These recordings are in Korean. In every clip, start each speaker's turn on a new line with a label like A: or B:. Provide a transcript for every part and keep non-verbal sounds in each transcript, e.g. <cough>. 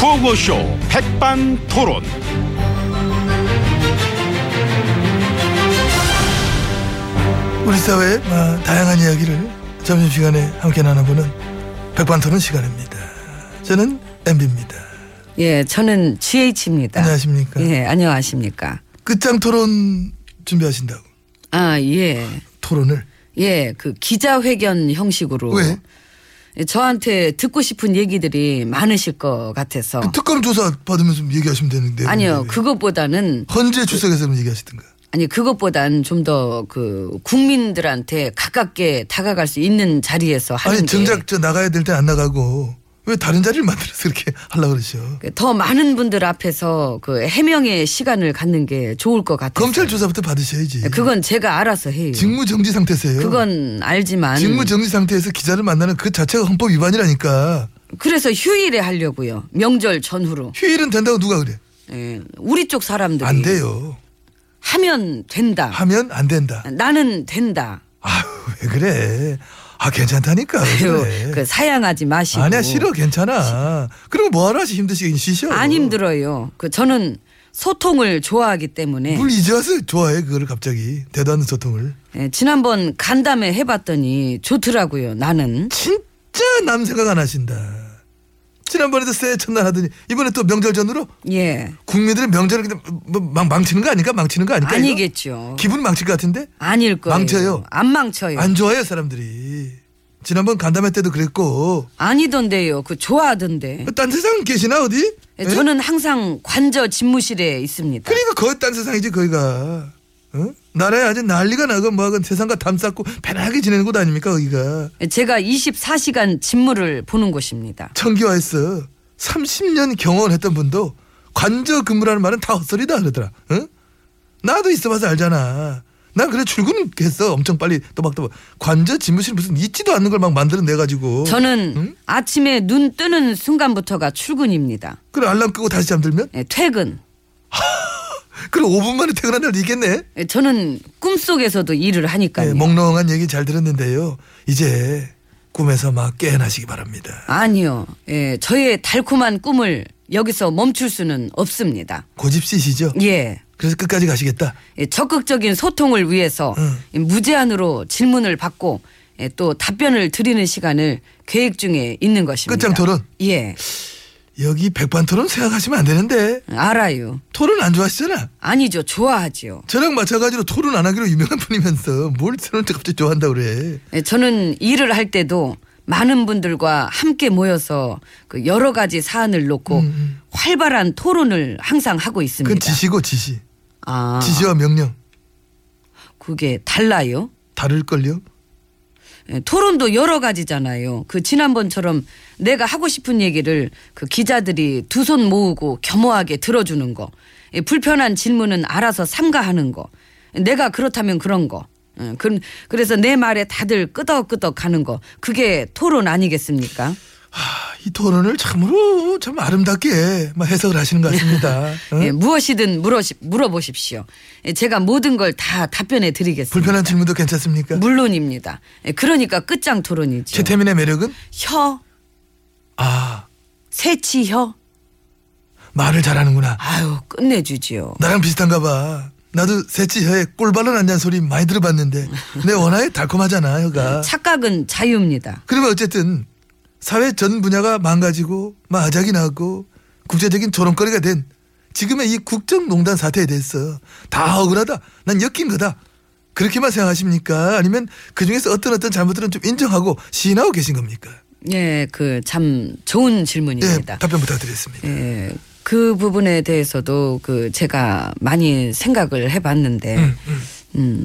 A: 구호쇼 백반토론.
B: 우리 사회의 어, 다양한 이야기를 점심시간에 함께 나눠보는 백반토론 시간입니다. 저는 MB입니다.
C: 예, 저는 GH입니다.
B: 안녕하십니까.
C: 예, 안녕하십니까.
B: 끝장 토론 준비하신다고.
C: 아, 예.
B: 토론을.
C: 예, 그 기자회견 형식으로.
B: 왜?
C: 예, 저한테 듣고 싶은 얘기들이 많으실 것 같아서.
B: 그 특검 조사 받으면 좀 얘기하시면 되는데.
C: 아니요,
B: 근데 왜?
C: 그것보다는,
B: 헌재 출석에서 좀 얘기하시든가.
C: 아니, 그것보단 좀 더 그 국민들한테 가깝게 다가갈 수 있는 자리에서 하는
B: 아니
C: 게
B: 정작 저 나가야 될 때 안 나가고 왜 다른 자리를 만들어서 그렇게 하려고 그러죠.
C: 더 많은 분들 앞에서 그 해명의 시간을 갖는 게 좋을 것 같아요.
B: 검찰 조사부터 받으셔야지.
C: 그건 제가 알아서 해요.
B: 직무 정지 상태세요.
C: 그건 알지만.
B: 직무 정지 상태에서 기자를 만나는 그 자체가 헌법 위반이라니까.
C: 그래서 휴일에 하려고요. 명절 전후로.
B: 휴일은 된다고 누가 그래?
C: 예, 우리 쪽 사람들이
B: 안 돼요.
C: 하면 된다.
B: 하면 안 된다.
C: 나는 된다.
B: 아유 왜 그래? 아 괜찮다니까. 왜 그래?
C: 그 사양하지 마시고.
B: 아니야 싫어 괜찮아. 그럼 뭐하러 하시 힘드시긴 쉬셔.
C: 안 힘들어요. 그 저는 소통을 좋아하기 때문에
B: 뭘 이제 와서 좋아해 그거를 갑자기 대도 않는 소통을.
C: 예, 지난번 간담회 해봤더니 좋더라고요. 나는
B: 진짜 남 생각 안 하신다. 지난번에도 새해 첫날 하더니 이번에 또 명절 전으로
C: 예
B: 국민들의 명절을 그냥 뭐 망, 망치는 거 아닌가? 망치는 거 아닐까? 이거?
C: 아니겠죠.
B: 기분 망칠 것 같은데?
C: 아닐 거예요.
B: 망쳐요.
C: 안 망쳐요.
B: 안 좋아해요 사람들이. 지난번 간담회 때도 그랬고
C: 아니던데요. 그 좋아하던데.
B: 딴 세상 계시나 어디?
C: 예,
B: 에?
C: 저는 항상 관저 집무실에 있습니다.
B: 그러니까 거의 딴 세상이지 거기가 어? 나라에 아주 난리가 나고 뭐하건 세상과 담쌓고 편하게 지내는 곳 아닙니까 거기가
C: 예, 제가 24시간 집무를 보는 곳입니다.
B: 청기화했어 30년 경험했던 분도 관저 근무라는 말은 다 헛소리다 그러더라 어? 나도 있어봐서 알잖아 난 그래 출근했어 엄청 빨리 또박또박 관저 집무실 무슨 있지도 않는 걸 막 만들어내가지고
C: 저는
B: 응?
C: 아침에 눈 뜨는 순간부터가 출근입니다.
B: 그래 알람 끄고 다시 잠들면
C: 예, 퇴근.
B: 그래 5분 만에 퇴근한 날도 있겠네
C: 예, 저는 꿈속에서도 일을
B: 네,
C: 하니까요.
B: 몽롱한 얘기 잘 들었는데요 이제 꿈에서 막 깨어나시기 바랍니다
C: 아니요. 예, 저의 달콤한 꿈을 여기서 멈출 수는 없습니다.
B: 고집시시죠?
C: 예.
B: 그래서 끝까지 가시겠다.
C: 예, 적극적인 소통을 위해서
B: 응.
C: 예, 무제한으로 질문을 받고 예, 또 답변을 드리는 시간을 계획 중에 있는 것입니다.
B: 끝장 토론?
C: 예.
B: 여기 백반 토론 생각하시면 안 되는데
C: 알아요.
B: 토론 안 좋아하시잖아.
C: 아니죠. 좋아하지요.
B: 저랑 마찬가지로 토론 안 하기로 유명한 분이면서 뭘 토론 때 갑자기 좋아한다 그래.
C: 예, 저는 일을 할 때도 많은 분들과 함께 모여서 그 여러 가지 사안을 놓고 활발한 토론을 항상 하고 있습니다.
B: 음, 그건 지시고 지시.
C: 그러니까. 아,
B: 지시와 명령
C: 그게 달라요.
B: 다를걸요.
C: 예, 토론도 여러 가지잖아요. 그 지난번처럼 내가 하고 싶은 얘기를 그 기자들이 두 손 모으고 겸허하게 들어주는 거, 예, 불편한 질문은 알아서 삼가하는 거, 내가 그렇다면 그런 거. 예, 그, 그래서 내 말에 다들 끄덕끄덕 하는 거, 그게 토론 아니겠습니까?
B: 하, 이 토론을 참으로 참 아름답게 막 해석을 하시는 것
C: <laughs>
B: 같습니다. 응?
C: 예, 무엇이든 물어시, 물어보십시오. 예, 제가 모든 걸 다 답변해 드리겠습니다.
B: 불편한 질문도 괜찮습니까?
C: 물론입니다. 예, 그러니까 끝장 토론이죠.
B: 최태민의 매력은
C: 혀,
B: 아
C: 새치 혀.
B: 말을 잘하는구나.
C: 아유, 끝내주지요.
B: 나랑 비슷한가 봐. 나도 셋째 혀에 꼴발로 난다는 소리 많이
C: <laughs>
B: 들어봤는데 내 워낙에 달콤하잖아 혀가.
C: 착각은 자유입니다.
B: 그러면 어쨌든 사회 전 분야가 망가지고 마작이 나고 국제적인 조롱거리가 된 지금의 이 국정농단 사태에 대해서 다 억울하다. 난 엮인 거다. 그렇게만 생각하십니까? 아니면 그 중에서 어떤 어떤 잘못들은 좀 인정하고 시인하고 계신 겁니까?
C: 예, 그 참 좋은
B: 예,
C: 질문입니다.
B: 답변 부탁드리겠습니다.
C: 예, 그 부분에 대해서도 그 제가 많이 생각을 해봤는데, 음,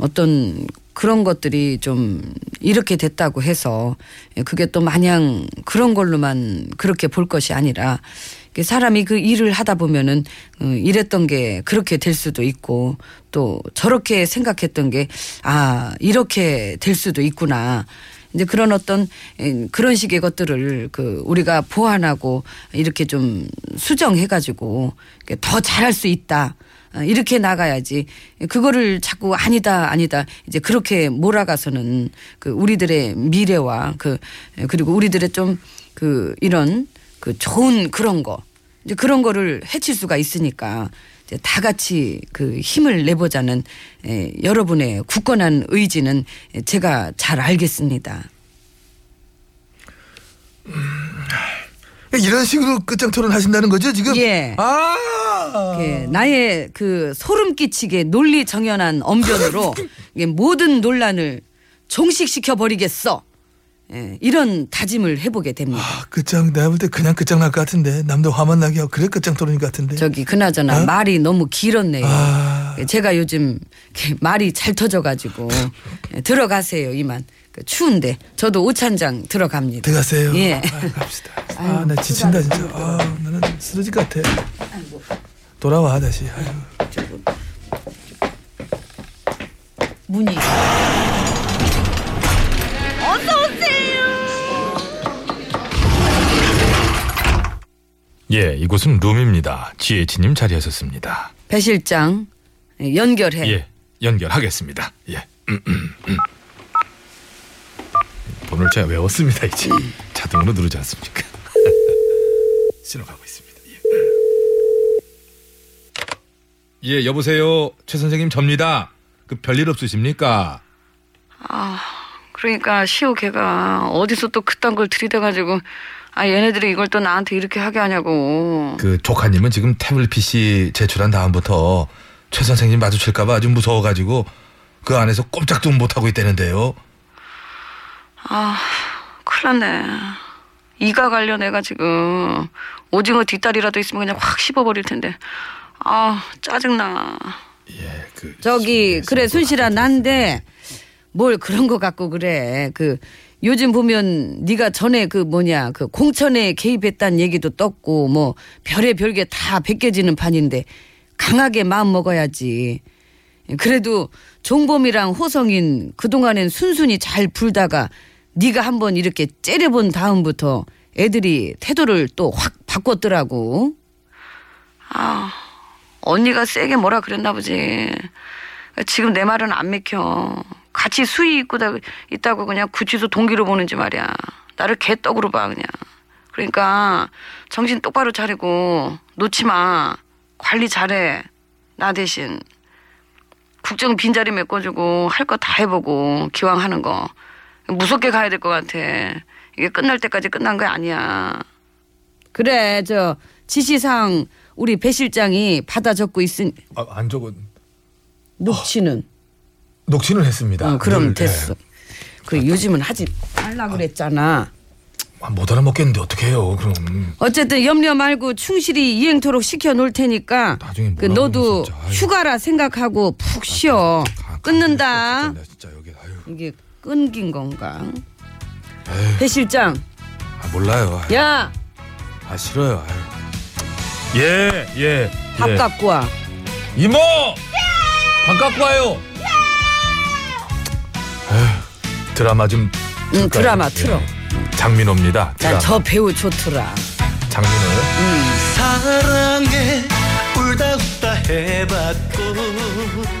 C: 어떤 그런 것들이 좀 이렇게 됐다고 해서 예, 그게 또 마냥 그런 걸로만 그렇게 볼 것이 아니라 이게 사람이 그 일을 하다 보면은 어, 이랬던 게 그렇게 될 수도 있고 또 저렇게 생각했던 게 아 이렇게 될 수도 있구나. 이제 그런 어떤 에, 그런 식의 것들을 그 우리가 보완하고 이렇게 좀 수정해 가지고 더 잘할 수 있다. 아, 이렇게 나가야지. 그거를 자꾸 아니다, 아니다. 이제 그렇게 몰아가서는 그 우리들의 미래와 그 그리고 우리들의 좀 그 이런 그 좋은 그런 거 이제 그런 거를 해칠 수가 있으니까 이제 다 같이 그 힘을 내보자는 에, 여러분의 굳건한 의지는 에, 제가 잘 알겠습니다.
B: 이런 식으로 끝장 토론 하신다는 거죠 지금?
C: 예.
B: 아.
C: 예, 나의 그 소름 끼치게 논리 정연한 언변으로 이게 모든 논란을 종식시켜 버리겠어. 예, 이런 다짐을 해보게 됩니다.
B: 아, 끝장 내가 볼 때 그냥 끝장 날 것 같은데 남도 화만 나게 하고 그래 끝장 토론인 것 같은데.
C: 저기 그나저나
B: 어?
C: 말이 너무 길었네요.
B: 아.
C: 예, 제가 요즘 이렇게 말이 잘 터져가지고 예, 들어가세요 이만 그 추운데 저도 옷한장 들어갑니다.
B: 들어가세요.
C: 예.
B: 아, 갑시다. 아,
C: 아이고,
B: 나 지친다 진짜. 아, 나는 쓰러질 것 같아. 돌아와 다시. 아이고.
C: 문이
A: 예, 이곳은 룸입니다. GH님 자리하셨습니다.
C: 배 실장 예, 연결해.
A: 예, 연결하겠습니다. 예. 음, 음, 음. 번호를 제가 외웠습니다, 이제. 자동으로 누르지 않습니까? <laughs> 신호가고 있습니다. 예. 예, 여보세요. 최 선생님 접니다. 그 별일 없으십니까?
C: 그러니까 시호 걔가 어디서 또 그딴 걸 들이대가지고 아 얘네들이 이걸 또 나한테 이렇게 하게 하냐고.
A: 그 조카님은 지금 태블릿 PC 제출한 다음부터 최 선생님 마주칠까봐 아주 무서워가지고 그 안에서 꼼짝도 못하고 있다는데요.
C: 아 큰일 났네. 이가 갈려 내가 지금 오징어 뒷다리라도 있으면 그냥 확 씹어버릴 텐데. 아 짜증나.
A: 예, 그
C: 저기 그래 순실아 난데 뭘 그런 거 갖고 그래. 그 요즘 보면 네가 전에 그 뭐냐 그 공천에 개입했다는 얘기도 떴고 뭐 별의 별게 다 벗겨지는 판인데 강하게 마음 먹어야지. 그래도 종범이랑 호성인 그동안엔 순순히 잘 불다가 네가 한번 이렇게 째려본 다음부터 애들이 태도를 또 확 바꿨더라고. 아, 언니가 세게 뭐라 그랬나 보지. 지금 내 말은 안 믿겨. 같이 수위 있고 다- 있다고 그냥 구치소 동기로 보는지 말이야. 나를 개떡으로 봐 그냥. 그러니까 정신 똑바로 차리고 놓지 마. 관리 잘해. 나 대신 국정 빈자리 메꿔주고 할 거 다 해보고 기왕 하는 거 무섭게 가야 될 것 같아. 이게 끝날 때까지 끝난 거 아니야. 그래 저 지시상 우리 배 실장이 받아 적고 있으니
A: 아, 안 적은
C: 녹취는
A: 녹취는 했습니다. 예.
C: 어, 그럼
A: 늘,
C: 됐어. 그 요즘은 하지 말라 그랬잖아.
A: 예. 아, 못 알아먹겠는데 어떻게 해요? 그럼
C: 어쨌든 염려 말고 충실히 이행토록 시켜 놓을 테니까
A: 나중에
C: 그
A: 뭐라고
C: 너도
A: 진짜, 아유. 아,
C: 휴가라 생각하고 푹 쉬어.
A: 가-
C: 끊는다.
A: 가만히 있어, 진짜 나 진짜 여기 아유,
C: 이게 끊긴 건가? 배 실장,
A: 아, 몰라요. 아유,
C: 야,
A: 아 싫어요. 아유. 예, 예.
C: 밥
A: 예.
C: 갖고 와.
A: 이모! 밥 갖고 와요. 예. 에휴, 드라마 좀
C: 응,
A: 틀까요?
C: 드라마
A: 예.
C: 틀어.
A: 장민호입니다. 드라마.
C: 난 저 배우 좋더라.
A: 장민호요?
D: 사랑해 울다 웃다 해봤고
B: <laughs>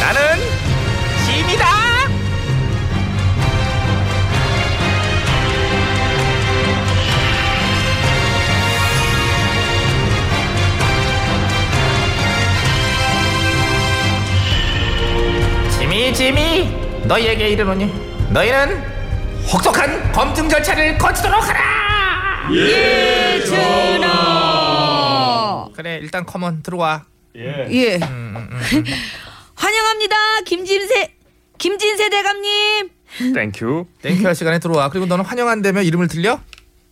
E: 나는 짐이다.
A: 지미 지미 너희에게 이르노니 너희는 혹독한 검증 절차를 거치도록 하라.
C: 예준아.
A: 그래 일단 컴온 들어와. 네. 음,
C: 예. <laughs> 환영합니다. 김진세 김진세 대감님.
F: 땡큐
A: 땡큐 할 시간에 들어와. 그리고 너는 환영한다며 이름을 들려?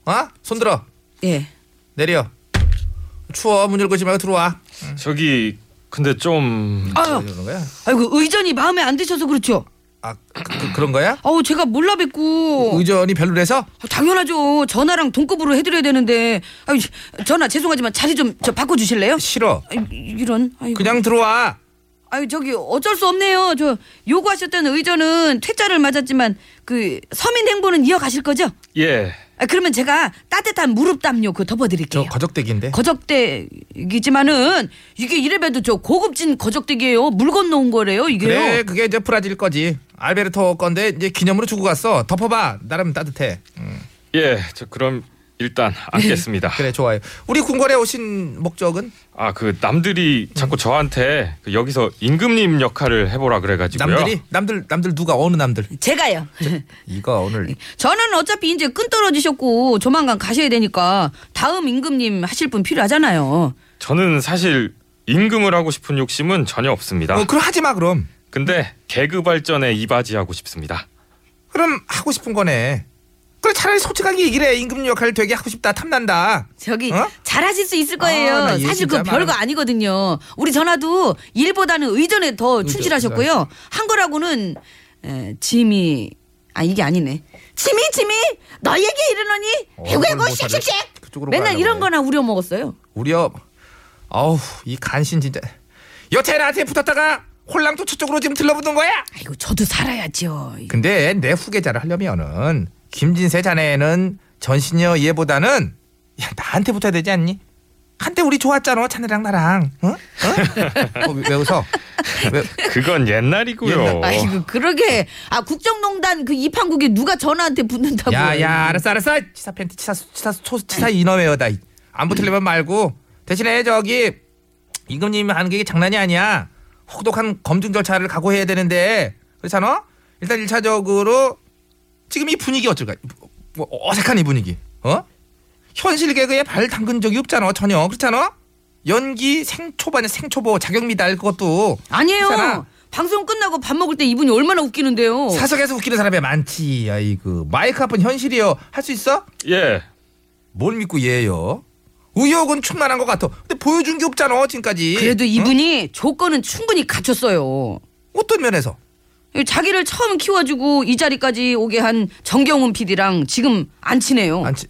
A: 어? 손 들어
C: 예.
A: 내려. 추워 문 열고 있지 말고 들어와.
F: 저기 근데 좀
C: 아유.
A: 이러는 거야?
C: 아이고 의전이 마음에 안 드셔서 그렇죠.
A: 아 그, 그, 런 거야?
C: 아우 제가 몰라 뵙고
A: 의전이 별로래서
C: 아, 당연하죠. 전화랑 동급으로 해드려야 되는데 아유 전화 죄송하지만 자리 좀 저 바꿔 주실래요? 아,
A: 싫어.
C: 이런 아이고.
A: 그냥 들어와.
C: 아유 저기 어쩔 수 없네요. 저 요구하셨던 의전은 퇴짜를 맞았지만 그 서민 행보는 이어가실 거죠?
F: 예
C: 아, 그러면 제가 따뜻한 무릎 담요 그
A: 저
C: 덮어드릴게요.
A: 거적대기인데.
C: 거적대기지만은 이게 이래봬도 저 고급진 거적대기예요. 물건 놓은 거래요 이게요.
A: 그래 그게 이제 브라질 거지. 알베르토 건데 이제 기념으로 주고 갔어. 덮어봐. 나름 따뜻해. 음,
F: 예, 저 그럼 일단 앉겠습니다.
A: 그래 좋아요. 우리 궁궐에 오신 목적은
F: 아 그 남들이 자꾸 저한테 그 여기서 임금님 역할을 해보라 그래가지고요.
A: 남들이 남들 남들 누가 어느 남들
C: 제가요. <laughs>
A: 이거 오늘
C: 저는 어차피 이제 끈 떨어지셨고 조만간 가셔야 되니까 다음 임금님 하실 분 필요하잖아요.
F: 저는 사실 임금을 하고 싶은 욕심은 전혀 없습니다.
A: 어, 그럼 하지 마 그럼
F: 근데 개그 발전에 이바지하고
A: <laughs>
F: 싶습니다.
A: 그럼 하고 싶은 거네. 그래 차라리 솔직하게 얘기를 해. 임금 역할을 되게 하고 싶다 탐난다.
C: 저기
A: 어?
C: 잘하실 수 있을 거예요.
A: 아, 나얘
C: 사실 그
A: 진짜
C: 별거
A: 말하는-
C: 아니거든요. 우리 전화도 일보다는 의전에 더 충실하셨고요. 한 거라고는 에, 짐이 아 이게 아니네. 짐이 짐이 너에게
A: 어,
C: 이르노니 해고 해고
A: 얼굴 모사를
C: 씩씩씩.
A: 뭐 그쪽으로
C: 맨날
A: 가려고
C: 이런
A: 그래.
C: 거나 우려 먹었어요.
A: 우리업 아우 이 간신 진짜 여태 나한테 붙었다가 홀랑도 저쪽으로 지금 들러붙은 거야.
C: 아이고 저도 살아야죠.
A: 근데 내 후계자를 하려면은 김진세 자네는 전신여 얘보다는 야 나한테 붙어야 되지 않니? 한때 우리 좋았잖아 자네랑 나랑. 응? 어? 어, 왜 웃어? 왜?
F: 그건
A: 어.
F: 옛날이고요.
C: <laughs> 아이고 그러게 아 국정농단 그 입항국에 누가 전화한테 붙는다고.
A: 야, 야, 알았어, 알았어. 치사 팬티, 치사, 수- 치사, 초, 치사 이너웨어다. 이. 안 붙으려면 말고 대신에 저기 임금님 하는 게 이게 장난이 아니야. 혹독한 검증 절차를 각오해야 되는데 그렇잖아? 일단 일차적으로 지금 이 분위기 어쩔까? 뭐 어색한 이 분위기. 어? 현실 개그에 발 담근 적이 없잖아 전혀 그렇잖아? 연기 생초반에 생초보 자격미달 그것도
C: 아니에요.
A: 그렇잖아.
C: 방송 끝나고 밥 먹을 때 이분이 얼마나 웃기는데요.
A: 사석에서 웃기는 사람이 많지. 아이고 마이크 앞은 현실이여 할 수 있어?
F: 예,
A: 뭘 믿고 얘예요? 의욕은 충만한 것 같아. 근데 보여준 게 없잖아 지금까지.
C: 그래도
A: 예. 응?
C: 이분이 조건은 충분히 갖췄어요.
A: 어떤 면에서?
C: 자기를 처음 키워주고 이 자리까지 오게 한 정경훈 PD랑 지금 안 친해요.
A: 안치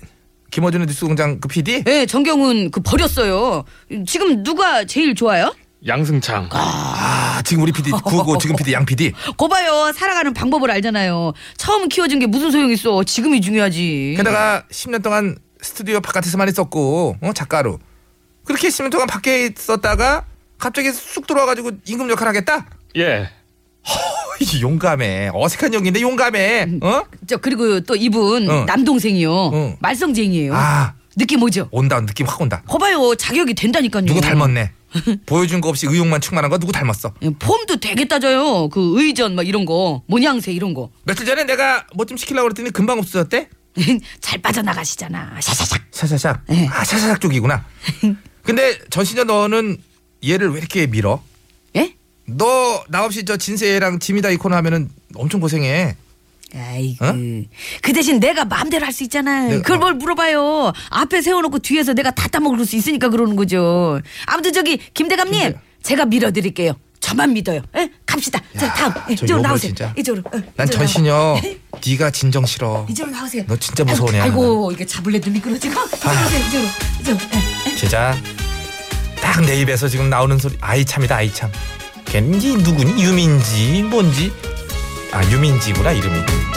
A: 김어준의 뉴스공장 그 PD?
C: 예, 정경훈 그 버렸어요. 지금 누가 제일 좋아요?
F: 양승창.
A: 아 지금 우리 PD 구고 지금 PD 양 PD.
C: 음. 고봐요. 살아가는 방법을 알잖아요. 처음 키워준 게 무슨 소용 있어. 지금이 중요하지.
A: 게다가 10년 동안 스튜디오 바깥에서만 있었고 어, 작가로 그렇게 10년 동안 밖에 있었다가 갑자기 쑥 들어와가지고 임금 역할 하겠다?
F: 예,
A: 어이, 용감해. 어색한 연기인데 용감해. 어?
C: 저 그리고 또 이분
A: 어.
C: 남동생이요.
A: 어.
C: 말썽쟁이에요.
A: 아
C: 느낌 오죠?
A: 온다 느낌 확 온다.
C: 거봐요. 자격이 된다니까요. <laughs>
A: 누구 닮았네. 보여준 거 없이 의욕만 충만한 거 누구 닮았어?
C: 예, 폼도 되게 따져요. 그 의전 막 이런 거, 모양새 이런 거.
A: 며칠 전에 내가 뭐 좀 시키려고 그랬더니 금방 없어졌대?
C: <laughs> 잘 빠져나가시잖아. 샤샤샥.
A: 샤샤샥.
C: 예.
A: 아, 샤샤샥
C: <laughs>
A: 쪽이구나. 근데 전신여 너는 얘를 왜 이렇게 밀어?
C: 예?
A: 너 나 없이 저 진세랑 지미다 이 코너 하면은 엄청 고생해.
C: 아이고.
A: 어? 네,
C: 그 대신 내가 마음대로 할 수 있잖아.
A: 내가-
C: 그걸 뭘 물어봐요. 앞에 세워놓고 뒤에서 내가 다 따먹을 수 있으니까 그러는 거죠. 아무튼 저기 김대감님, 제가 밀어드릴게요. 저만 믿어요. 예? 갑시다. 자, 다음. 예,
A: 저
C: 이쪽으로
A: 욕을
C: 나오세요.
A: 진짜.
C: 이쪽으로. 어, 이쪽으로
A: 난
C: <laughs>
A: 전신여
C: 나오세요.
A: 네가 진정 싫어.
C: 이쪽으로 나오세요.
A: 너 진짜 무서우네, 아.
C: 아이고, 이게 잡을래도 미끄러지고. 이쪽으로 오세요, 이쪽으로. 이쪽으로. 예, 예.
A: 진짜 딱 내 입에서 지금 나오는 소리 아이 참이다 아이 참. 걔는지 누구니 유민지 뭔지 아 유민지구나 이름이.